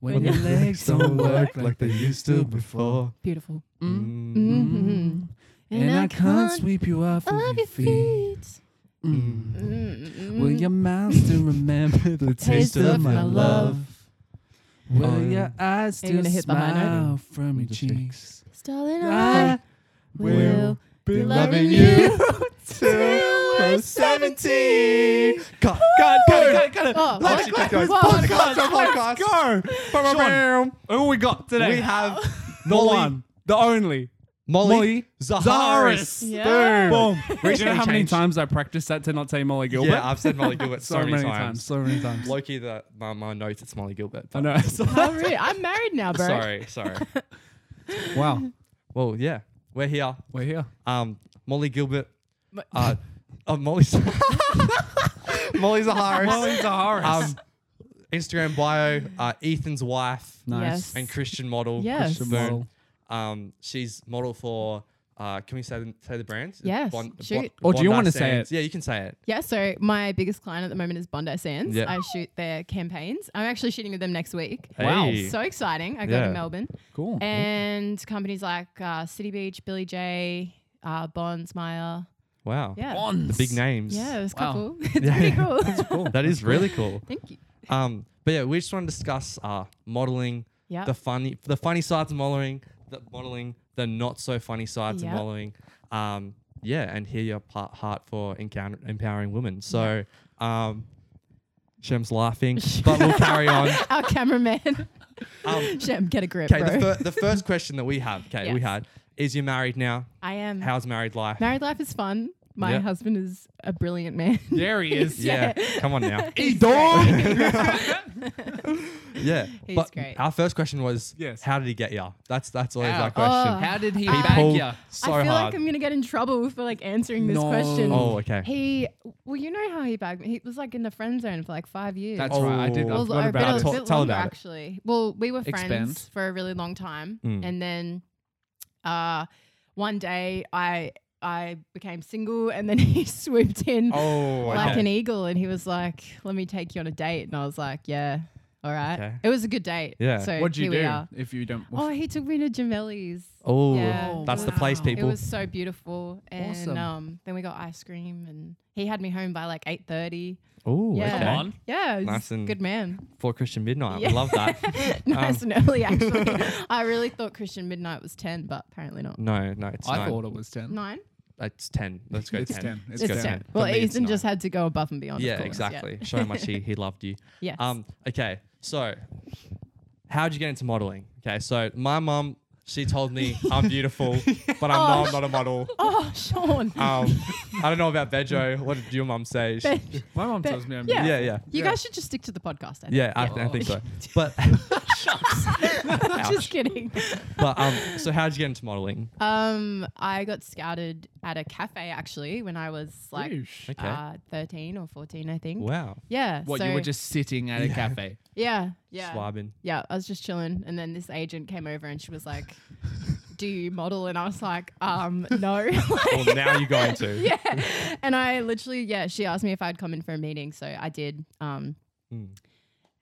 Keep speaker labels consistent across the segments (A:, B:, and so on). A: When your legs don't work like they used to before.
B: Beautiful.
A: Mm.
B: Mhm.
A: And I can't sweep you off of your feet. Mm. Will your mouth still remember the taste of my love? Will
C: Um,
A: your eyes
B: Are
A: still
B: you gonna hit the high note?
A: smile from your
C: Just
A: cheeks?
B: Stalin,
A: I
B: will
A: be
B: loving
A: till we're 17. God, God, God, God, God.
B: Oh,
A: Let's
B: what?
A: go, guys.
B: Whoa.
A: Podcast, podcast. Sean,
C: Who we got today?
A: We have
C: the
A: Molly-
C: one, the only.
A: Molly,
C: Molly
A: Zaharis.
C: Zaharis.
B: Yeah.
C: Boom. Do you know
A: Recently
C: how many
A: changed.
C: times I practiced that to not say Molly Gilbert?
A: Yeah, I've said Molly Gilbert so, many, times.
C: So many times.
A: Loki, the, my, my notes, it's Molly Gilbert.
C: I
A: but-
C: know.
B: How rude. I'm married now, bro.
A: Sorry, sorry.
C: wow.
A: well, yeah, we're here.
C: We're here.
A: Um, Molly Gilbert.
B: But-
A: Uh, uh, Molly. Molly Zaharis.
C: Molly Zaharis.
A: Um, Instagram bio. Uh, Ethan's wife
C: nice.
B: Yes.
A: and Christian model.
B: Yes.
C: Christian
A: Boone.
C: model.
A: Um, she's model for. Uh, can we say the, say the brands?
B: Yes, shoot.
C: Or do you
A: Bondi
C: wanna say
A: Sands.
C: it?
A: Yeah, you can say it.
B: Yeah, so my biggest client at the moment is Bondi Sands.
A: Yeah.
B: I shoot their campaigns. I'm actually shooting with them next week.
C: Wow.
A: Hey.
B: So exciting. I go
A: Yeah.
B: to Melbourne.
C: Cool.
B: And companies like uh, City Beach, Billy J, uh, Bonds, Meyer.
A: wow.
B: Yeah.
A: The big names.
B: Yeah, it was
C: Wow.
B: cool. it's
A: Yeah.
B: pretty cool.
C: Cool.
A: That is really cool.
B: Thank you.
A: Um, but yeah, we just want to discuss uh, modeling,
B: Yeah.
A: the funny, the funny sides of modeling, the modeling, the not so funny sides
B: Yeah.
A: of modeling. Um, yeah, and hear your part, heart for encounter, empowering women. So, um, Shem's laughing, but we'll carry on.
B: Our cameraman.
A: Um,
B: Shem, get a grip,
A: okay,
B: bro.
A: the, fir- the first question that we have, okay, we
B: Yes.
A: had is you married now?
B: I am.
A: How's married life?
B: Married life is fun. My
A: Yeah.
B: husband is a brilliant man.
C: there he is.
A: yeah, come on now.
B: He's
A: yeah,
B: He's
A: but
B: great.
A: our first question was,
C: Yes.
A: how did he get ya? That's that's always
C: How?
A: our question.
B: Oh.
C: How did he
B: I-
C: bag
A: Pulled
C: you?
A: so
B: I feel
A: hard.
B: like I'm gonna get in trouble for like answering this
C: No.
B: question.
A: Oh, okay.
B: He, well, you know how he bagged me. He was like in the friend zone for like five years.
C: That's right. I did.
A: Oh.
C: I
B: Well,
C: forgot
B: a bit,
C: about
B: a
C: it.
A: Tell-
B: bit
A: tell
B: longer
A: about it.
B: actually. Well, we were friends
C: Expand.
B: for a really long time,
A: Mm.
B: and then, uh, one day I I became single, and then he swooped in
A: Oh,
B: like
A: okay.
B: an eagle, and he was like, "Let me take you on a date," and I was like, "Yeah, all right."
A: Okay.
B: It was a good date.
A: Yeah.
B: So
C: What'd you
B: here we
C: do?
B: are.
C: If you don't.
B: Oh, he took me to Gemelli's.
A: Oh,
B: Yeah.
A: that's the
B: Wow.
A: place,
B: It
A: people.
B: was so beautiful, and
C: Awesome.
B: um, then we got ice cream, and he had me home by like eight thirty.
A: Oh,
B: Yeah.
A: okay.
C: Come on.
B: Yeah, he's
A: Nice and- um,
B: good man.
A: For Christian Midnight.
B: Yeah.
A: I love that.
B: nice and early, actually. I really thought Christian Midnight was ten, but apparently not.
A: No, no, it's
C: I
A: nine.
C: thought it was 10.
B: Nine.
A: It's 10. Let's go
C: It's
A: 10.
C: 10. It's
B: It's,
C: good.
B: ten.
C: Yeah.
B: Well,
A: For me, it's
B: Ethan just
A: nine.
B: had to go above and beyond. of
A: Yeah,
B: course.
A: exactly. Show how much he, he loved you.
B: Yes.
A: Um, okay, so how'd you get into modeling? Okay, so my mum, she told me I'm beautiful, but I'm, not, I'm not a model.
B: oh, Sean.
A: Um, I don't know about Bejo. What did your mum say? She-
B: Ben,
C: My mom
B: But-
C: tells me I'm
B: yeah.
A: yeah, yeah.
B: you
C: Yeah.
B: guys should just stick to the podcast. I think.
A: Yeah, I, I
C: Oh.
A: think so. But,
B: just kidding.
A: but um, so how'd you get into modeling?
B: Um, I got scouted at a cafe actually when I was like
C: Whoosh.
A: Okay.
B: uh, thirteen or fourteen, I think.
A: Wow.
B: Yeah.
C: What,
B: so
C: you were just sitting at a cafe?
B: yeah, yeah.
A: Swabbing.
B: yeah, I was just chilling, and then this agent came over and she was like, "Do you model?" And I was like, "Um, no." Like,
A: Well, now you're going to.
B: yeah, and I literally, yeah, she asked me if I'd come in for a meeting, so I did. Um,
A: Mm.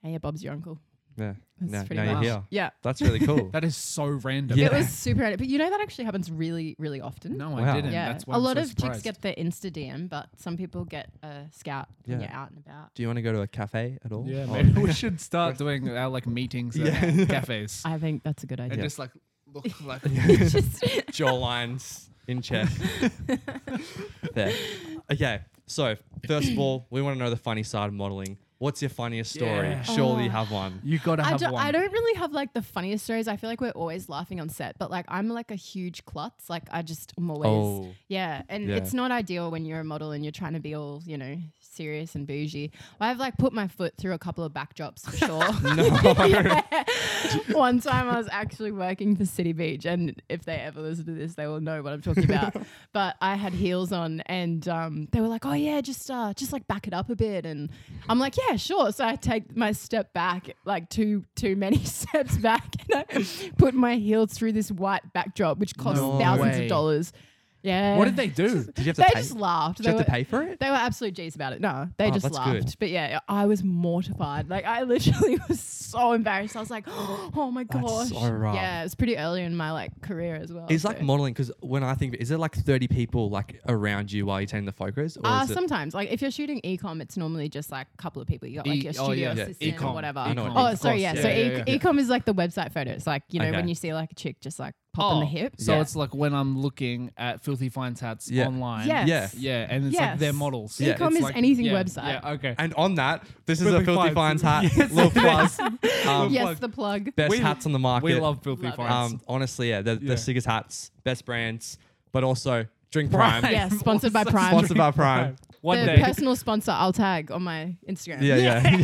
B: and yeah, Bob's your uncle.
A: Yeah.
B: That's
A: Now,
B: pretty
A: now you're
B: much.
A: here.
B: Yeah,
A: That's really cool.
C: That is so random.
A: Yeah.
B: it was super, random. but you know that actually happens really, really often.
C: No,
A: Wow.
C: I didn't.
B: yeah,
C: That's why
B: a
C: I'm
B: lot
C: so
B: of chicks
C: surprised.
B: get the Insta DM, but some people get a scout when
A: Yeah.
B: you're out and about.
A: Do you want to go to a cafe at all? Oh.
C: Yeah,
A: Or-
C: maybe we should start doing our like meetings at
A: Yeah.
C: cafes
B: I think that's a good
C: and
B: idea.
C: just like look like.
B: Just-
A: Jawlines in check. there. Okay. So first of all, we want to know the funny side of modeling. What's your funniest story?
C: Yeah.
A: Surely you
B: Oh.
A: have one.
C: You gotta
B: I,
C: have
B: do,
C: one.
B: I don't really have like the funniest stories. I feel like we're always laughing on set, but like I'm like a huge klutz. Like I just am always,
A: Oh.
B: yeah. And
A: Yeah.
B: it's not ideal when you're a model and you're trying to be all, you know, serious and bougie. I've like put my foot through a couple of backdrops for sure. Yeah. One time I was actually working for City Beach, and if they ever listen to this, they will know what I'm talking about. but I had heels on, and um, they were like, "Oh yeah, just uh, just like back it up a bit." And I'm like, "Yeah, sure." So I take my step back, like too too many steps back, and I put my heels through this white backdrop, which costs
C: No
B: thousands
C: way.
B: of dollars. Yeah.
C: What did they do?
A: Oh. Did you have to
B: They
A: pay?
B: just laughed.
A: Did you
B: They
A: have
B: were,
A: to pay for it?
B: they were absolute G's about it. No, they
A: Oh,
B: just
A: that's
B: laughed.
A: good.
B: But yeah, I was mortified. Like I literally was so embarrassed. I was like, oh my
A: That's
B: gosh.
A: so rough.
B: Yeah, it was pretty early in my like career as well.
A: It's like
B: so-
A: modeling because when I think of it, is there like 30 people like around you while you're taking the photos? Or
B: Uh,
A: is it-
B: sometimes, like if you're shooting ecom, it's normally just like a couple of people. You got like
C: E-
B: your
C: oh,
B: studio
C: yeah, yeah.
B: assistant
C: Ecom.
B: or whatever.
A: I know what
B: Oh,
A: ecom-
B: sorry, yeah.
C: Of course,
B: so
C: yeah,
B: e-
C: yeah, yeah.
B: ecom is like the website photos, like you know
A: Okay. Oh.
B: when you see like a chick just like popping the hip.
C: Oh, So
A: Yeah.
C: it's like when I'm looking at filthy finds hats
A: Yeah.
C: online.
B: Yes.
A: Yeah.
C: Yeah, and it's like their
B: Yes.
C: models.
B: Yeah. Ecom
C: It's
B: is
C: like-
B: anything
C: yeah,
B: website.
C: Yeah, okay.
A: And on that, this is
C: Filthy
A: a Filthy Finds
C: Finds.
A: hat.
C: Yes.
A: Little plus.
B: Yes,
A: Um,
C: plug.
B: the plug.
A: Best
C: We-
A: hats on the market.
C: we love filthy
B: Love it.
C: finds.
A: Um, honestly, yeah, they're,
C: Yeah.
A: they're sickest hats, best brands, but also drink
C: Prime.
A: Prime.
B: Yeah, sponsored by Prime.
A: Sponsored by Prime.
C: One
B: the
C: day.
B: personal sponsor I'll tag on my Instagram.
A: Yeah, yeah.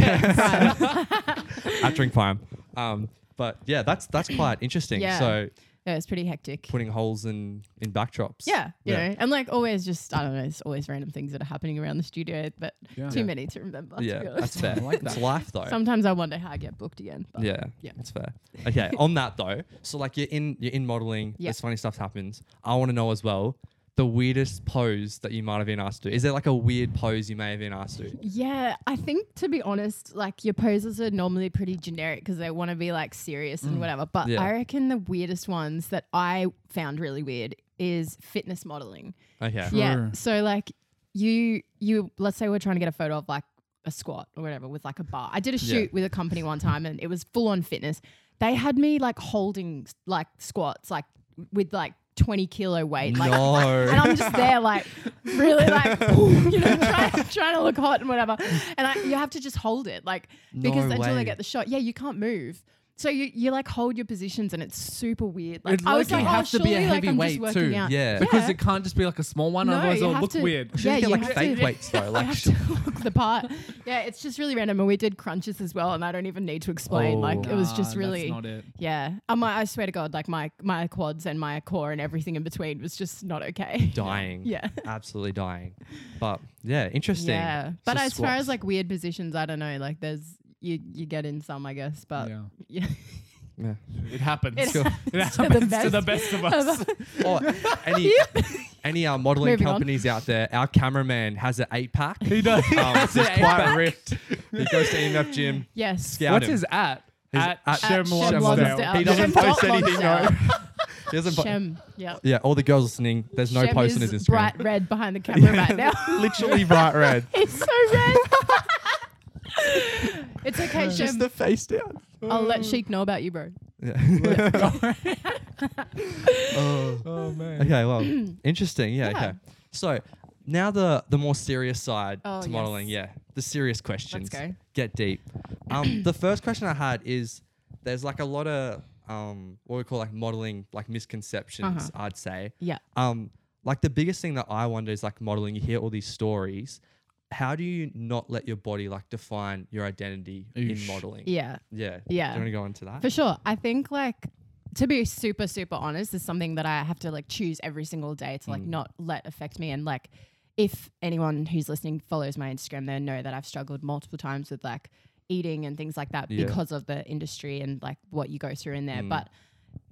A: yeah. At drink Prime. Um, but yeah, that's that's quite interesting.
B: Yeah.
A: So
B: Yeah, it's pretty hectic.
A: putting holes in in backdrops.
B: yeah, you
A: Yeah.
B: know, and like always, just I don't know, it's always random things that are happening around the studio, but
C: Yeah.
B: too
C: Yeah.
B: many to remember. to
A: Yeah,
B: be
A: that's
B: honest.
A: fair.
C: I like
A: It's
C: that.
A: life though.
B: Sometimes I wonder how I get booked again. But
A: yeah,
B: yeah.
A: that's fair. Okay, on that though, so like you're in you're in modeling.
B: Yeah.
A: This funny stuff happens. I want to know as well the weirdest pose that you might have been asked to. do. Is there like a weird pose you may have been asked to? do?
B: Yeah, I think to be honest, like your poses are normally pretty generic because they want to be like serious and whatever. But
A: Mm. Yeah.
B: I reckon the weirdest ones that I found really weird is fitness modeling.
A: Okay.
B: Yeah.
C: True.
B: So like you you let's say we're trying to get a photo of like a squat or whatever with like a bar. I did a
A: Yeah.
B: shoot with a company one time and it was full on fitness. They had me like holding like squats like with like 20 kilo weight like and
A: no.
B: I'm just there like really like you know trying, trying to look hot and whatever and I, you have to just hold it like because
A: No way.
B: until they get the shot yeah you can't move so you, you like hold your positions and it's super weird like
C: It'd
B: I was
C: likely
B: like
C: have
B: oh
C: to be a
B: surely like
C: heavy
B: I'm
C: weight
B: just working
C: too.
B: out
A: Yeah.
C: Because
B: Yeah.
C: it can't just be like a small one, otherwise
B: you
C: it'll
B: have
C: look
B: to-
C: weird.
A: Should
B: Yeah,
A: we get
B: you
A: like
B: have
A: fake
B: to-
A: weights though? Like
B: I have
A: sh-
B: to look the part. Yeah, it's just really random. And we did crunches as well, and I don't even need to explain.
A: Oh.
B: like it was just
C: Nah,
B: really,
C: That's not it.
B: yeah. Um, my, I swear to God, like my my quads and my core and everything in between was just not okay.
A: dying.
B: yeah.
A: Absolutely dying. But yeah, interesting.
B: Yeah, but
A: So
B: as far as
A: squats.
B: like weird positions, I don't know. Like there's you you get in some, I guess. But
C: Yeah.
B: yeah,
A: Yeah.
C: It happens. It,
B: It happens to the
C: happens to the
B: best
C: best of us.
A: Or Oh, any any uh, modeling
B: Moving on.
A: companies out there, our cameraman has an eight pack. He
C: does.
A: Um,
C: Has
A: he's
C: an eight
A: quite ripped. He goes to EMF gym.
B: yes.
A: Scout
C: What's
A: him.
C: his at?
A: His
C: At,
A: at-
C: Shem
B: At Shem
C: Lonsdale.
B: Lonsdale.
A: He doesn't
B: Shem dot
A: post anything though.
B: Lonsdale.
A: He doesn't po-
B: Shem. Yeah.
A: yeah, all the girls listening, there's no
B: Shem
A: post on
B: is
A: his Instagram.
B: bright red behind the camera right now.
A: Literally bright red.
B: He's so red. it's okay, Shem.
A: the face down.
B: I'll let Sheik know about you, bro.
A: Yeah.
C: Oh man.
A: okay, well, interesting. Yeah,
B: Yeah.
A: okay. So now the the more serious side
B: Oh,
A: to modeling. Yeah, the serious questions.
B: go.
A: Get deep. Um, the first question I had is there's like a lot of um, what we call like modeling like misconceptions.
B: Uh-huh.
A: I'd say.
B: Yeah.
A: Um, like the biggest thing that I wonder is like modeling. You hear all these stories. How do you not let your body like define your identity in
C: Oosh.
A: modeling?
B: Yeah.
A: Yeah.
B: Yeah.
A: Do you want to go into that?
B: For sure. I think like to be super, super honest is something that I have to like choose every single day to like not let affect me. And like if anyone who's listening follows my Instagram, they know that I've struggled multiple times with like eating and things like that
A: Yeah.
B: because of the industry and like what you go through in there. But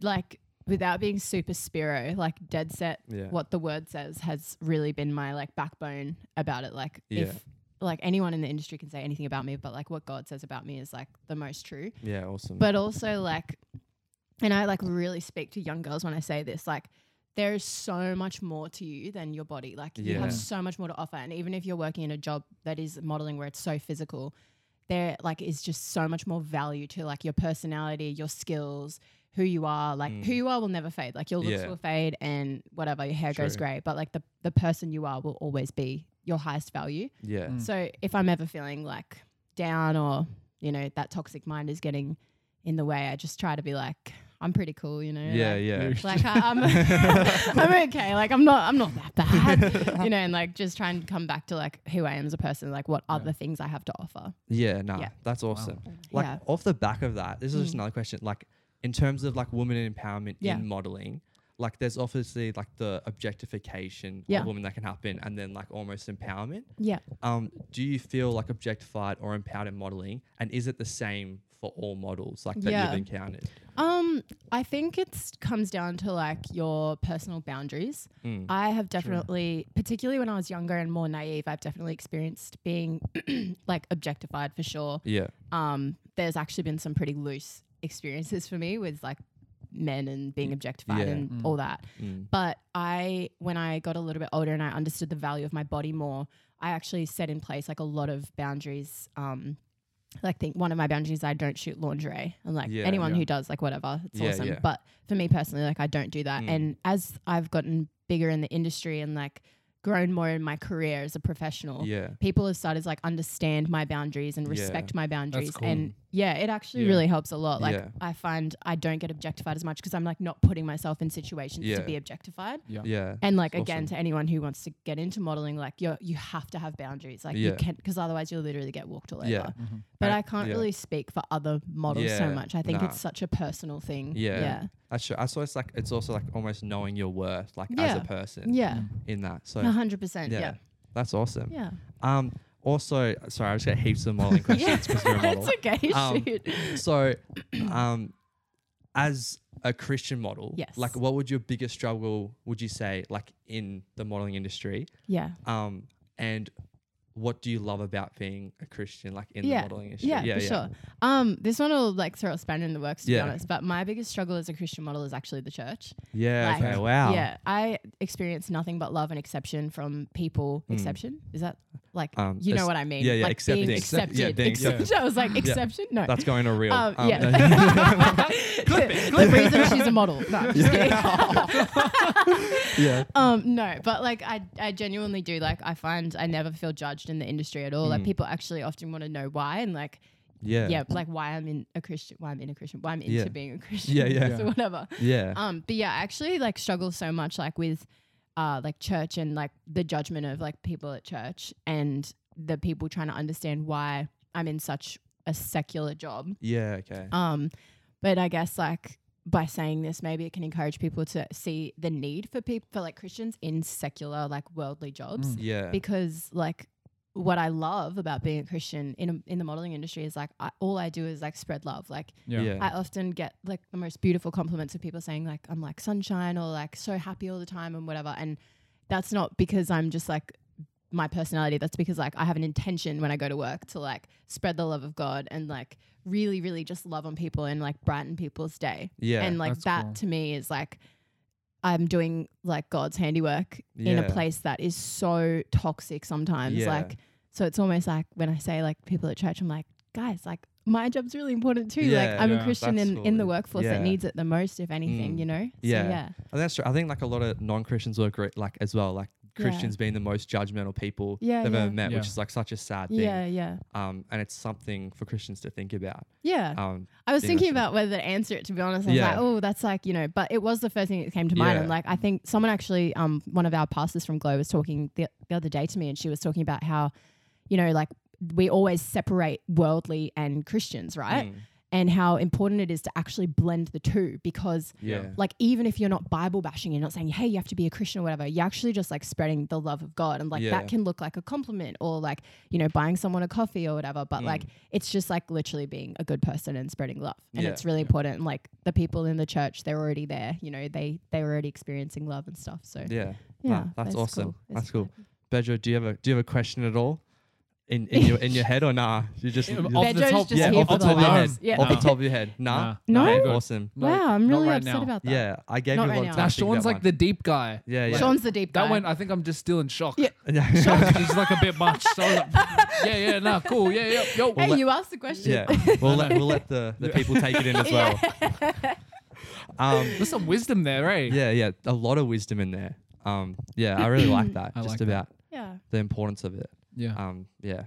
B: like without being super spiro, like dead set
A: Yeah.
B: what the word says has really been my like backbone about it. Like
A: Yeah.
B: if like anyone in the industry can say anything about me, but like what God says about me is like the most true
A: Yeah. Awesome.
B: but also like and i like really speak to young girls when i say this like there is so much more to you than your body like you
A: Yeah.
B: have so much more to offer and even if you're working in a job that is modeling where it's so physical there like is just so much more value to like your personality your skills who you are like who you are will never fade like your looks
A: Mm. Yeah.
B: will fade and whatever your hair goes
A: True.
B: grey but like the the person you are will always be your highest value
A: yeah.
B: so if I'm ever feeling like down or, you know, that toxic mind is getting in the way, I just try to be like, I'm pretty cool, you know.
A: Yeah.
B: like,
A: Yeah.
B: Like I, I'm, I'm okay. Like I'm not, I'm not that bad, you know. And like just try and come back to like who I am as a person, like what other things I have to offer.
A: Yeah, nah,
B: Yeah.
A: that's awesome. Like
B: Yeah.
A: off the back of that, this is just another question. Like in terms of like women in empowerment
B: Yeah.
A: in modeling, like there's obviously like the objectification
B: Yeah.
A: of women that can happen, and then like almost empowerment.
B: Yeah.
A: Um, do you feel like objectified or empowered in modeling, and is it the same for all models like that
B: Yeah.
A: you've encountered?
B: Um, I think it comes down to like your personal boundaries.
A: Mm.
B: I have definitely, particularly when I was younger and more naive, I've definitely experienced being like objectified for sure.
A: Yeah.
B: Um, there's actually been some pretty loose experiences for me with like men and being objectified
A: yeah.
B: and all that.
A: Mm.
B: But I, when I got a little bit older and I understood the value of my body more, I actually set in place like a lot of boundaries. Um, like think one of my boundaries, I don't shoot lingerie, and like
A: Yeah,
B: anyone
C: yeah.
B: who does, like whatever, it's
A: Yeah,
B: awesome.
A: yeah.
B: But for me personally, like I don't do that.
A: Mm.
B: And as I've gotten bigger in the industry and like grown more in my career as a professional,
A: Yeah.
B: people have started to like understand my boundaries and
A: Yeah.
B: respect my boundaries
C: cool.
B: and yeah it actually
C: Yeah.
B: really helps a lot like
A: Yeah.
B: i find i don't get objectified as much because i'm like not putting myself in situations
A: Yeah.
B: to be objectified
A: Yeah.
B: and like
A: That's
B: again
A: awesome.
B: to anyone who wants to get into modeling like you you have to have boundaries like
A: Yeah.
B: you can't because otherwise you'll literally get walked all over
A: Yeah.
B: but
A: I-
B: i can't
A: yeah.
B: really speak for other models so
A: Yeah.
B: much i think
A: Nah.
B: it's such a personal thing
A: Yeah.
B: yeah
A: That's true. I saw it's like it's also like almost knowing your worth, like as
B: Yeah.
A: a person.
B: yeah
A: In that. So
B: 100%
A: yeah,
B: yeah
A: That's awesome.
B: yeah
A: Um also sorry, I just got heaps of modeling
B: yeah,
A: questions because you're a model.
B: it's okay
A: Um,
B: shoot
A: So um as a Christian model,
B: Yes.
A: like what would your biggest struggle would you say like in the modeling industry?
B: yeah
A: Um and what do you love about being a Christian like in
B: Yeah.
A: the modeling industry?
B: Yeah, for sure. Um, this one will like throw a spanner in the works to
A: Yeah.
B: be honest. But my biggest struggle as a Christian model is actually the church.
A: Yeah,
B: Like,
A: okay, wow.
B: Yeah, I experience nothing but love and exception from people. Exception is that like
A: Hmm. Um,
B: you know
A: it's-
B: what I mean?
A: yeah, yeah,
B: like being
A: accepting.
B: accepted.
A: Yeah, being
B: Exception. I was like exception. No,
A: That's going to real.
B: um, yeah. the reason she's a model. No, just kidding.
A: yeah.
B: Um, no, but like I, I genuinely do. Like I find I never feel judged in the industry at all.
A: Hmm.
B: Like people actually often want to know why and like
A: Yeah.
B: yeah, like why I'm in a Christian, why I'm in a Christian, why I'm into
A: Yeah.
B: being a Christian,
A: Yeah, yeah.
B: or whatever.
A: Yeah.
B: Um, but yeah, I actually like struggle so much like with, uh, like church and like the judgment of like people at church and the people trying to understand why I'm in such a secular job.
A: yeah. Okay.
B: Um, but I guess like by saying this, maybe it can encourage people to see the need for people for like Christians in secular like worldly jobs
A: yeah.
B: because like what I love about being a Christian in a, in the modeling industry is like I, all I do is like spread love. Like
A: yeah.
C: Yeah.
B: I often get like the most beautiful compliments of people saying like I'm like sunshine or like so happy all the time and whatever. And that's not because I'm just like my personality. That's because like I have an intention when I go to work to like spread the love of God and like really really just love on people and like brighten people's day
A: Yeah.
B: and like
C: that's
B: that
C: cool.
B: to me is like I'm doing like God's handiwork in
A: Yeah.
B: a place that is so toxic sometimes.
A: Yeah.
B: Like so it's almost like when I say like people at church, I'm like, guys, like my job's really important too.
A: Yeah.
B: like I'm
C: Yeah.
B: a Christian
A: That's
B: in,
A: cool.
B: in the workforce that
A: Yeah.
B: needs it the most, if anything,
A: Mm.
B: you know? So,
A: Yeah.
B: yeah.
A: and that's true. I think like a lot of non-Christians were great, like as well, like
B: Yeah.
A: Christians being the most judgmental people
B: Yeah,
A: they've
B: yeah.
A: ever met,
C: Yeah.
A: which is like such a sad thing.
B: Yeah, yeah.
A: Um, and it's something for Christians to think about.
B: Yeah.
A: Um,
B: I was
A: being
B: thinking
A: rational.
B: about whether to answer it to be honest. I was
A: Yeah.
B: like, oh, that's like, you know, but it was the first thing that came to mind.
A: Yeah.
B: And like I think someone actually, um, one of our pastors from Glow was talking the, the other day to me and she was talking about how, you know, like we always separate worldly and Christians, right?
A: mm,
B: And how important it is to actually blend the two because
A: yeah.
B: like even if you're not Bible bashing, you're not saying, hey, you have to be a Christian or whatever, you're actually just like spreading the love of God. And like
A: Yeah.
B: that can look like a compliment or like, you know, buying someone a coffee or whatever. But
A: Mm.
B: like it's just like literally being a good person and spreading love. And
A: Yeah.
B: it's really important. And like the people in the church, they're already there, you know, they they're already experiencing love and stuff. So yeah,
A: Yeah. Nah, that's
B: it's
A: awesome.
B: cool. It's
A: That's cool. Bedro, do you have a do you have a question at all? In, in your in your head or nah? You just
C: Yeah,
A: you-
C: off the
B: Bedro's
C: top-
B: just
A: yeah,
B: here
A: off the
B: for the
A: top of your head.
B: laughs. Yeah.
A: Off the
C: Nah.
A: top of your head. Nah.
B: No?
C: nah, good.
A: Awesome.
B: Wow, I'm
C: not
B: really
C: right
B: upset
C: now.
B: about that.
A: Yeah. I gave
B: Not
A: you a
B: right
A: lot of
B: now.
A: time.
C: Nah,
A: to think
C: Sean's
A: about
C: like the deep guy.
A: Yeah, yeah.
B: Sean's the deep guy.
C: That went. I think I'm just still in shock.
B: Yeah.
A: one.
C: it's like a bit much. So I was like, yeah, yeah, nah, cool. Yeah, yeah, yo.
B: hey, you asked the question.
A: Yeah, we'll let we'll let the, the people take it in as well. Um,
C: There's some wisdom there, eh?
A: yeah, yeah, a lot of wisdom in there. Um, yeah, I really like that.
C: I
A: just
C: like that.
A: about
B: yeah.
A: the importance of it.
C: Yeah.
A: Um, yeah,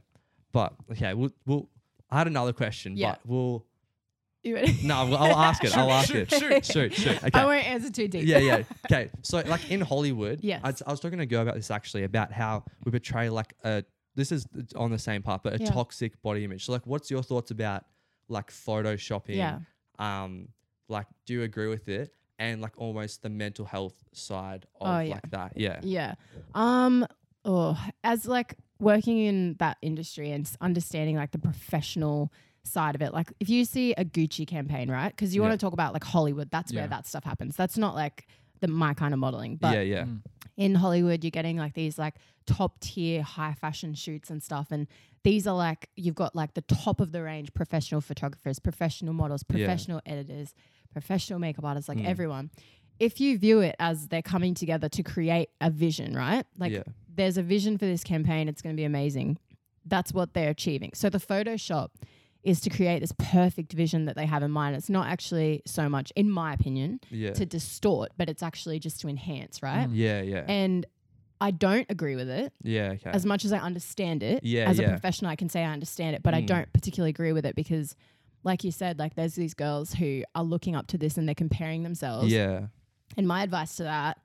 A: but okay, we'll we'll. I had another question,
B: Yeah.
A: but we'll
B: You ready?
A: no, we'll- I'll ask it. I'll ask
C: shoot,
A: it.
C: shoot.
A: shoot, shoot.
B: I
A: Okay.
B: won't answer too deep.
A: Yeah, yeah. Okay, so like in Hollywood,
B: Yes.
A: I, I was talking to a girl about this actually about how we portray like a this is on the same part, but a
B: Yeah.
A: toxic body image. So like, what's your thoughts about like photoshopping?
B: Yeah.
A: um like do you agree with it and like almost the mental health side of
B: Oh, yeah.
A: like that yeah
B: Yeah. Um. Oh, as like working in that industry and s- understanding like the professional side of it. Like if you see a Gucci campaign, right? Because you
A: Yeah.
B: want to talk about like Hollywood, that's
C: Yeah.
B: where that stuff happens. That's not like the my kind of modeling. But
A: yeah, yeah.
B: in Hollywood, you're getting like these like top tier high fashion shoots and stuff. And these are like, you've got like the top of the range professional photographers, professional models,
A: Yeah. Hmm.
B: professional editors, professional makeup artists, like everyone. If you view it as they're coming together to create a vision, right? Like,
A: Yeah.
B: there's a vision for this campaign, it's going to be amazing. That's what they're achieving. So, the Photoshop is to create this perfect vision that they have in mind. It's not actually so much, in my opinion,
A: Yeah. Hmm.
B: to distort, but it's actually just to enhance, right?
A: yeah, yeah.
B: and I don't agree with it
A: yeah, okay.
B: as much as I understand it.
A: Yeah,
B: as a
A: yeah.
B: professional, I can say I understand it, but I
A: Mm.
B: don't particularly agree with it because, like you said, like there's these girls who are looking up to this and they're comparing themselves.
A: yeah.
B: And my advice to that,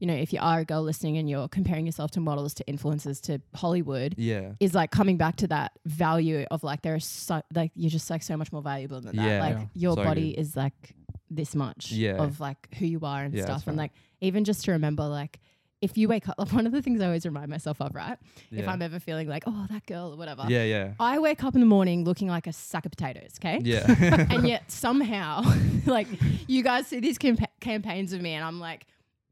B: you know, if you are a girl listening and you're comparing yourself to models, to influencers, to Hollywood.
A: Yeah.
B: Is like coming back to that value of like there is so, like you're just like so much more valuable than that.
A: Yeah.
B: Like
C: Yeah.
B: your
A: So
B: body is like this much
A: Yeah.
B: of like who you are and
A: Yeah,
B: stuff.
A: that's
B: And
A: right.
B: like even just to remember like if you wake up like one of the things I always remind myself of, right? If
A: Yeah.
B: I'm ever feeling like, oh that girl or whatever.
A: Yeah, yeah.
B: I wake up in the morning looking like a sack of potatoes, okay?
A: Yeah.
B: and yet somehow like you guys see these campa- campaigns of me and i'm like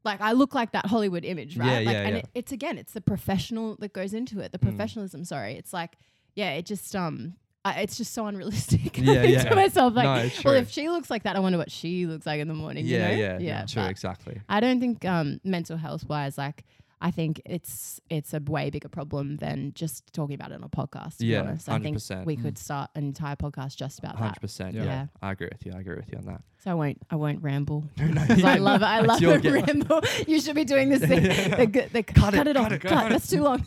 B: like i look like that hollywood image right
A: Yeah,
B: like
A: yeah,
B: and
A: yeah. Hmm.
B: It, it's again it's the professional that goes into it the professionalism sorry it's like yeah it just um I, it's just so unrealistic I
A: Yeah,
B: think
A: yeah.
B: to myself like
A: No, it's
B: well
A: true.
B: if she looks like that i wonder what she looks like in the morning you
A: yeah,
B: know?
A: yeah, yeah. True,
B: but
A: exactly.
B: i don't think um mental health wise like I think it's it's a way bigger problem than just talking about it on a podcast. To
A: Yeah, Hmm.
B: be honest, I think
A: 100%.
B: we could start an entire podcast just about that.
A: Hundred percent.
C: Yeah.
A: Yeah.
B: Yeah.
A: I agree with you. I agree with you on that.
B: So I won't. I won't ramble.
A: no,
B: 'Cause I
A: yeah,
B: love it. I
A: that's
B: love
A: your
B: the
A: game.
B: ramble. You should be doing this. Thing. The, g- the, cut, it, off.
A: it,
B: cut.
A: cut it.
B: That's too long.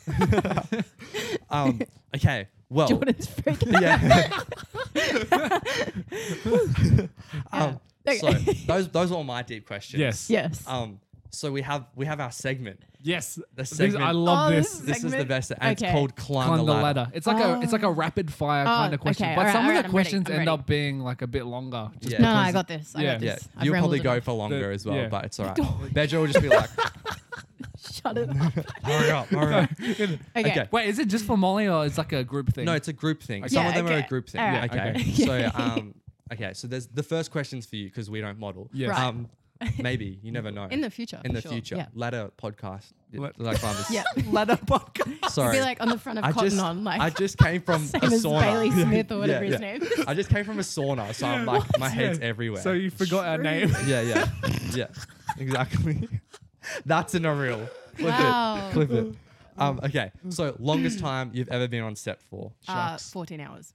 A: Um, okay. Well.
B: Jordan's freaking.
A: Oh. Yeah.
B: out.
A: um,
B: Okay.
A: So those those are all my deep questions.
C: Yes.
B: Yes.
A: Um. So we have we have our segment.
C: Yes.
A: The
C: This- I
A: segment.
C: love
B: Oh, this
C: this.
B: is-
A: This is the
B: Segment.
A: best, and
B: Okay.
A: it's called climb,
C: Climb the ladder. It's like a it's like a rapid fire
B: Oh,
C: kind of question,
B: okay,
C: but
B: alright,
C: some of
B: alright,
C: the
B: I'm ready,
C: questions
B: I'm
C: end
B: ready.
C: up being like a bit longer. Just
A: Yeah.
B: no, no, I
C: because-
B: got this. I
C: yeah.
B: got
A: Yeah,
B: this. I've
A: you'll
B: rambled
A: probably go
B: enough.
A: for longer as well,
C: yeah.
A: but it's all right. Bejo will just be like,
B: Shut it up.
A: hurry up, hurry up.
B: Okay.
A: Okay.
C: Wait, is it just for Molly or it's like a group thing?
A: No, it's a group thing.
C: Okay.
A: Some
B: Yeah,
A: of them are
B: okay.
A: a group thing.
B: All
C: right.
A: okay.
B: Okay.
A: so, um, okay. So there's the first question's for you because we don't model.
C: Yes.
B: Right.
A: Um, maybe you never know.
B: In the future.
A: in
B: for
A: the
B: sure.
A: future,
B: Yeah.
A: ladder podcast.
C: Let-
A: like climbers.
B: Yeah.
C: ladder podcast.
A: Sorry.
B: Be like on the front of
A: I
B: Cotton
A: just
B: On, like
A: I just came from
B: same
A: a
B: as
A: sauna.
B: Bailey Smith or whatever
A: yeah.
B: his name. is.
A: I just came from a sauna, so I'm like my head's everywhere.
C: So you forgot our name.
A: yeah, yeah, yeah. Exactly. That's in a reel. Clip
B: Wow.
A: it. Clip it. Um, okay. So longest time you've ever been on set for.
B: Uh, 14 hours.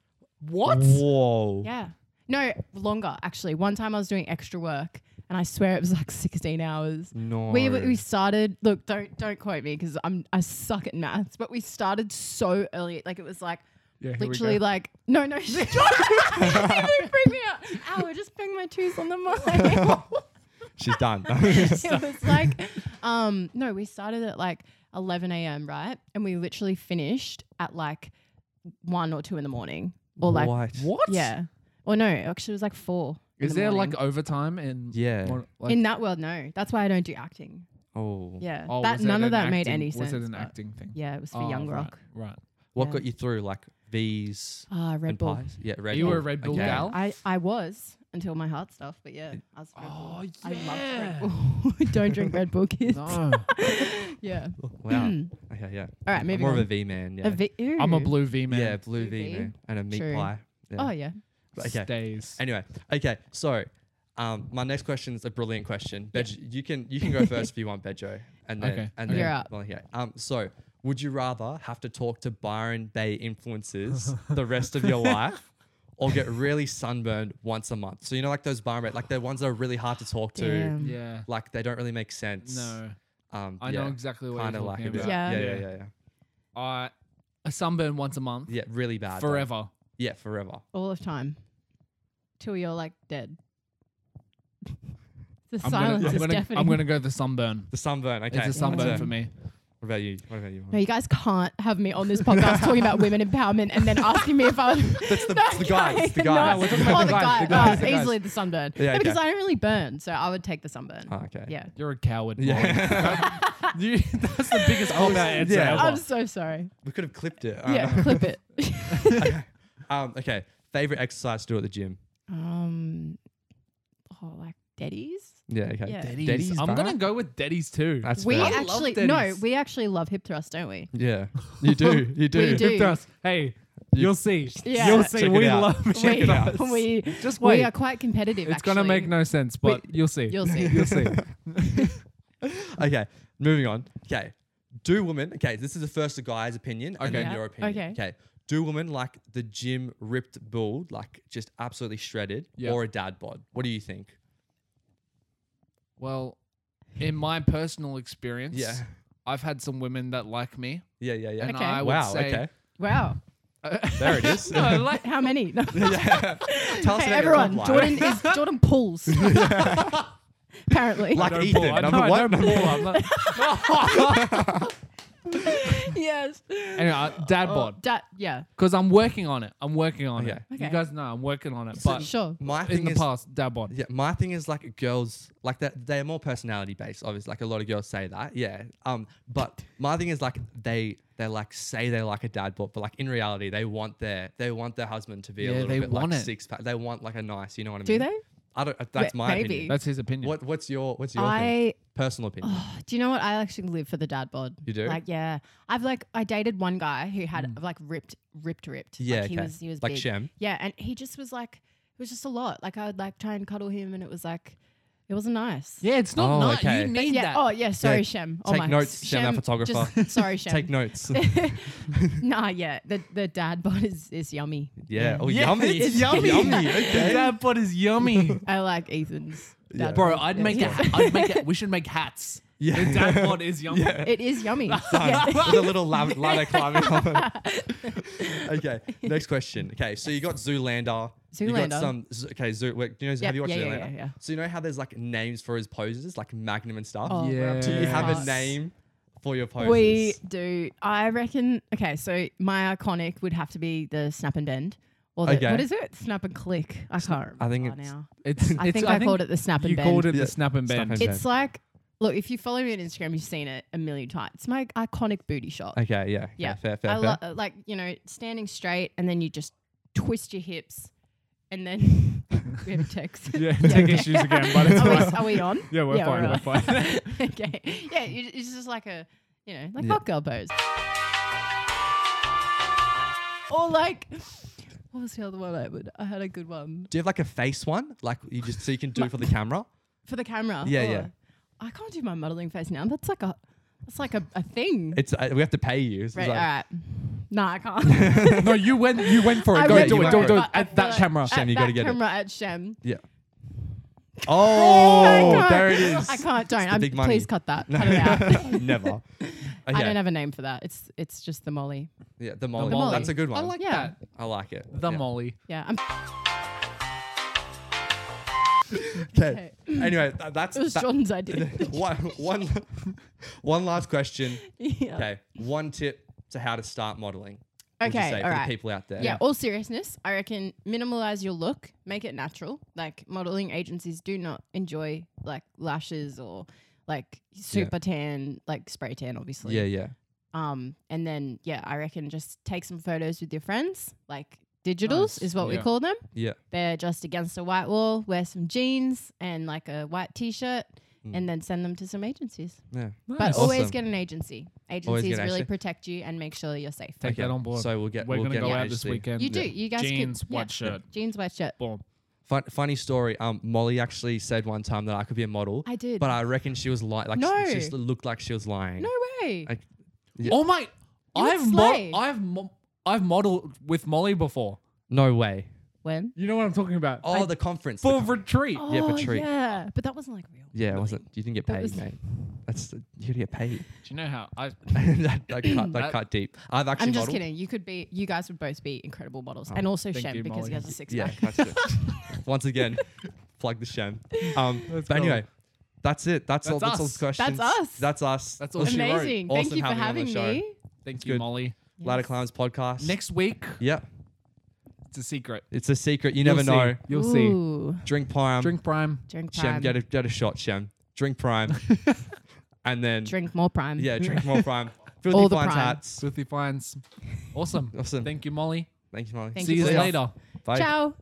C: What?
A: Whoa.
B: Yeah. No, longer actually. One time I was doing extra work, and I swear it was like 16 hours.
A: No.
B: We, we started. Look, don't don't quote me because I'm I suck at maths. But we started so early. Like it was like
C: Yeah, here we
B: literally
C: go.
B: like no no. Jordan, you bring me out. Ow! I just banged my tooth on the mic.
A: She's done.
B: it was like um no. We started at like 11 a.m. right, and we literally finished at like one or two in the morning or like
A: What?
C: What?
B: yeah. Or no, actually it was like four. in
C: Is
B: the
C: there
B: morning.
C: like overtime and
A: Yeah.
C: Like,
B: in that world? No, that's why I don't do acting.
A: Oh.
B: Yeah,
C: oh,
B: that
C: was it
B: none
C: an
B: of that made
C: acting-
B: any sense.
C: Was it an
B: but-
C: acting thing?
B: Yeah, it was for
C: Oh,
B: Young
C: right,
B: Rock.
C: Right.
A: What
B: Yeah.
A: got you through? Like V's
B: Ah, Red
A: and
B: Bull.
A: pies? Yeah, Red
C: You
A: Bull.
C: were a Red Bull
A: Okay.
C: gal?
B: I, I was until my heart stuff, but yeah, I was Red Bull.
C: Oh,
B: I
C: yeah.
B: loved Red Bull. Don't drink Red Bull, kids.
C: No.
B: Yeah.
A: Oh, Wow. okay, yeah.
B: All right,
A: I'm
B: moving
A: More
B: on.
A: of a V man. Yeah.
B: A vi-
C: I'm a
B: Ew.
C: blue V man.
A: Yeah, blue V,
B: V.
A: man and a meat
B: True.
A: pie. Yeah.
B: Oh yeah.
A: But Okay.
C: Stays.
A: Anyway, okay. So, um, my next question is a brilliant question. Bej, you can you can go first if you want, Bejo, and then
C: Okay.
A: and
B: You're
A: then
B: up.
A: well, okay. Um, so would you rather have to talk to Byron Bay influencers the rest of your life? Or get really sunburned once a month. So you know, like those Byron Bay, like the ones that are really hard to talk to.
B: Damn.
C: Yeah.
A: Like they don't really make sense.
C: No.
A: Um,
C: I know exactly what
A: Kind
C: you're
A: of like
C: talking
A: a bit.
C: about.
A: Yeah.
B: Yeah.
A: Yeah, yeah, yeah, yeah.
C: I a sunburn once a month.
A: Yeah, really bad. though.
C: Forever.
A: Yeah, forever.
B: All of time. Till you're like dead. The
C: I'm gonna,
B: silence
C: I'm,
B: is
C: gonna,
B: deafening.
C: I'm gonna go the sunburn.
A: The sunburn. Okay.
C: It's a sunburn
A: So,
C: for me.
A: What about you? What about you?
B: No, you guys can't have me on this podcast talking about women empowerment and then asking me if I was.
A: That's the- it's the guys, it's the
B: no.
A: guys. No, we're
C: talking about
B: oh,
C: the
B: the
C: guys, the
B: guy.
C: guys,
B: oh,
C: the
B: easily the sunburn.
A: Yeah,
B: no, because
A: okay.
B: I don't really burn, so I would take the sunburn.
C: Ah,
A: Oh, okay.
B: Yeah.
C: You're a coward.
A: Yeah.
C: Molly. you, that's the biggest cop out answer
A: Yeah.
C: ever.
B: I'm so sorry.
A: Uh, we could have clipped it.
B: Yeah, clip it.
A: Um, okay. Favorite exercise to do at the gym?
B: Um, oh, like daddies.
A: Yeah, okay.
B: Yeah.
A: Daddy's
C: Daddy's I'm
A: bar?
C: gonna go with daddies too.
A: That's
B: we
A: fair.
C: I love
B: actually no,
C: daddies.
B: we actually love hip thrust, don't we?
A: Yeah, you do. You do.
B: We do.
C: Hip thrust. Hey,
A: You-
C: you, will see.
B: Yeah.
C: You'll see.
A: Check it
C: we
A: out.
C: love hip
B: we,
C: thrust.
B: we
C: Just wait.
B: we are quite competitive.
C: it's gonna
B: actually.
C: make no sense, but you'll see.
B: You'll see.
C: you'll see.
A: Okay, moving on. Okay, do women? Okay, this is the first the guy's opinion, and
C: Okay.
A: then
B: Yeah.
A: your opinion.
B: Okay.
A: Okay, do women like the gym ripped bull, like just absolutely shredded,
C: Yeah.
A: or a dad bod? What do you think?
C: Well, in my personal experience,
A: Yeah,
C: I've had some women that like me,
A: yeah, yeah, yeah.
C: and
B: Okay.
C: I would
A: wow.
C: say,
A: Okay,
B: Wow,
A: there it is.
C: no, like,
B: how many?
A: yeah. Tell us about your
B: Hey,
A: top
B: everyone,
A: line.
B: Jordan is Jordan pulls. Apparently,
A: Like
C: I don't
A: Ethan,
C: pull. I-
A: number
C: no, I
A: one.
C: don't pull. I'm not-
B: yes.
C: anyway, uh, dad
B: Oh.
C: bod.
B: Da- yeah,
C: Because I'm working on it. I'm working on it.
A: Okay.
B: Okay.
C: You guys know I'm working on it. but
B: sure.
A: My thing
C: in the
A: is,
C: past, dad bod.
A: Yeah, my thing is like girls like that they're more personality based, obviously. Like a lot of girls say that. Yeah. Um, but my thing is like they they like say they like a dad bod, but like in reality they want their they want their husband to be a
C: Yeah,
A: little
C: they
A: bit
C: want
A: like
C: it.
A: six pack. They want like a nice, you know what I
B: Do
A: mean?
B: they?
A: I don't uh, that's
B: Wait,
A: my
B: maybe.
A: opinion.
C: That's his opinion.
A: What what's your what's your opinion?
B: I Oh,
A: personal opinion?
B: do you know what? I actually live for the dad bod.
A: You do? Mm.
B: Like, yeah. I've like I dated one guy who had like ripped, ripped, ripped.
A: yeah,
B: like, he
A: okay.
B: was he was
A: like
B: big.
A: Shem.
B: Yeah, and he just was like it was just a lot. Like I would like try and cuddle him, and it was like it wasn't nice.
C: Yeah, it's not
A: Oh,
C: nice.
A: okay.
C: You need
B: Yeah.
C: that.
B: Oh, yeah. Sorry,
A: Yeah,
B: Shem. oh
A: take
B: my
A: notes, Shem, our photographer.
B: just- sorry, Shem.
A: Take notes.
B: nah, yeah. The the dad bod is, is yummy.
A: yeah. Oh
C: Yeah,
A: yummy.
C: It's yummy. um,
A: yummy.
C: The
A: Okay.
C: dad bod is yummy.
B: I like Ethan's. Dad
A: Yeah.
B: bod.
C: Bro, I'd make it. I'd make it. We should make hats.
A: Yeah.
C: The dad bod is yummy.
B: It is yummy. yeah.
A: Done. With a little lad- ladder climbing on. okay, next question. Okay, so you got Zoolander. You got
B: Zoolander.
A: some. Z- Okay, Zoo. Wait, do you know,
B: Yeah,
A: have you watched
B: yeah, yeah,
A: Zoolander?
B: yeah, yeah.
A: So you know how there's like names for his poses, like Magnum and stuff.
B: Oh,
C: Yeah.
B: we're
A: Do you have a
B: obsessed.
A: name for your poses?
B: We do. I reckon. Okay, so my iconic would have to be the snap and bend, or the,
A: Okay.
B: what is it? Snap and click. I can't. Remember
A: I think it's-
B: now.
C: It's.
B: I think I, called it the snap and
C: You
B: bend.
C: called it
A: Yeah.
C: the snap and
A: Snap
C: bend.
A: and-
B: It's like, look, if you follow me on Instagram, you've seen it a million times. It's my iconic booty shot.
A: Okay, yeah, yeah,
B: Yeah.
A: fair, fair,
B: I
A: fair.
B: lo- uh, like you know, standing straight, and then you just twist your hips, and then we have text.
C: Yeah, tech issues again, but it's
B: are, we,
C: fine.
B: are we on?
C: Yeah, we're fine,
B: alright.
C: we're fine.
B: okay. Yeah, you- it's just like a, you know, like
A: Yeah.
B: hot girl pose. Or like, what was the other one I would? I had a good one
A: do you have like a face one, like you just so you can do for the camera?
B: for the camera.
A: Yeah,
B: Oh,
A: yeah.
B: I can't do my modeling face now. That's like a, that's like a, a thing.
A: It's uh, we have to pay you. so it's
B: right.
A: like-
B: all right. No, I can't.
C: no, you went. You went for it.
B: I
C: Go
B: went
C: do
A: for
C: it. Do
A: it,
C: it. Do it.
B: but I
C: At
B: feel
C: that
B: like-
C: camera.
A: Shem,
B: at
A: you
B: that
A: gotta get it.
B: camera at Shem.
A: Yeah. Oh,
B: I
A: there it
B: can't.
A: is.
B: I can't. Don't.
A: the
B: I,
A: big money.
B: please cut that. Cut it out.
A: Never.
B: I don't
A: Okay,
B: have a name for that. It's it's just the Molly.
A: Yeah, the molly.
C: molly.
A: That's a good one.
C: I like
B: Yeah.
C: that.
A: I like it.
C: The
A: yeah.
C: Molly.
B: Yeah. I'm,
A: Okay. anyway, tha- that's
B: it was
A: that-
B: John's idea.
A: one, one, one last question.
B: yeah.
A: Okay, one tip to how to start modeling. would you
B: Okay,
A: say, for
B: all right.
A: the people out there.
B: Yeah, all seriousness, I reckon minimalize your look, make it natural. Like modeling agencies do not enjoy like lashes or like super tan, like spray tan, obviously.
A: yeah, yeah.
B: Um, and then yeah, I reckon just take some photos with your friends, like
C: Nice.
B: digitals is what we
C: Yeah.
B: call them.
A: Yeah.
B: They're just against a white wall, wear some jeans and like a white t-shirt, and then send them to some agencies.
A: yeah.
B: But
C: Nice.
B: always
A: Hmm. Awesome.
B: get an agency.
A: Always get
B: Agencies
A: an
B: really
A: agency.
B: protect you and make sure you're safe.
C: Take that on board.
A: So we'll get.
C: We're
A: we'll
C: gonna
A: get
C: go
A: an
C: out this
A: agency.
C: weekend.
B: You do. You guys
C: Jeans,
B: could,
C: white
B: yeah,
C: shirt.
B: Jeans, white shirt.
C: Boom.
A: Fun, funny story. Um, Molly actually said one time that I could be a model.
B: I did.
A: But I reckon she was lying. Like
B: No.
A: she just looked like she was lying.
B: No way.
A: I- Yeah.
C: Oh my!
B: You would
C: I've
B: slay.
C: mo- I've mo- I've modeled with Molly before.
A: No way.
B: when?
C: You know what I'm talking about?
A: Oh, the conference. the
C: for
A: con-
C: retreat.
B: Oh.
A: Yeah, for treat.
B: Yeah, but that wasn't like real.
A: yeah, it wasn't. You didn't get
B: That
A: paid,
B: was-
A: mate. That's the, you gotta get paid.
C: Do you know how I?
A: that, that cut. That
C: That-
A: cut deep. I've actually.
B: I'm just
A: modeled. Oh,
B: kidding. You could be. You guys would both be incredible models, and also
C: thank
B: Shem
C: you,
B: because he
C: Molly.
B: has a six
A: Yeah,
B: pack.
A: that's it. Once again, plug the sham. Um, but
C: go.
A: anyway, that's it. That's, all.
C: That's
A: That's all
C: us.
A: the questions.
B: That's us.
A: That's us.
C: That's all she wrote.
B: Amazing.
A: Awesome
B: Thank you for
A: having
B: having
A: you on the show.
B: me.
C: Thank
A: good.
C: you, Molly.
A: Ladder
B: Yes.
A: Climbs podcast.
C: Next week,
A: Yeah,
C: it's a secret.
A: it's a secret. You never
C: You'll see.
A: know.
C: You'll see.
B: Ooh,
A: Drink prime.
C: Drink prime.
B: Drink
A: Shem,
B: prime.
A: get a get a shot, Shem. Drink prime, and then
B: Drink more prime.
A: yeah, drink more prime. Filthy
B: All the
A: Fines
B: prime.
A: hats.
C: Filthy finds. Awesome.
A: Awesome.
C: Thank you, Molly.
A: Thank you, Molly.
B: Thank
C: See you
B: boys.
C: later.
A: Bye.
B: Ciao.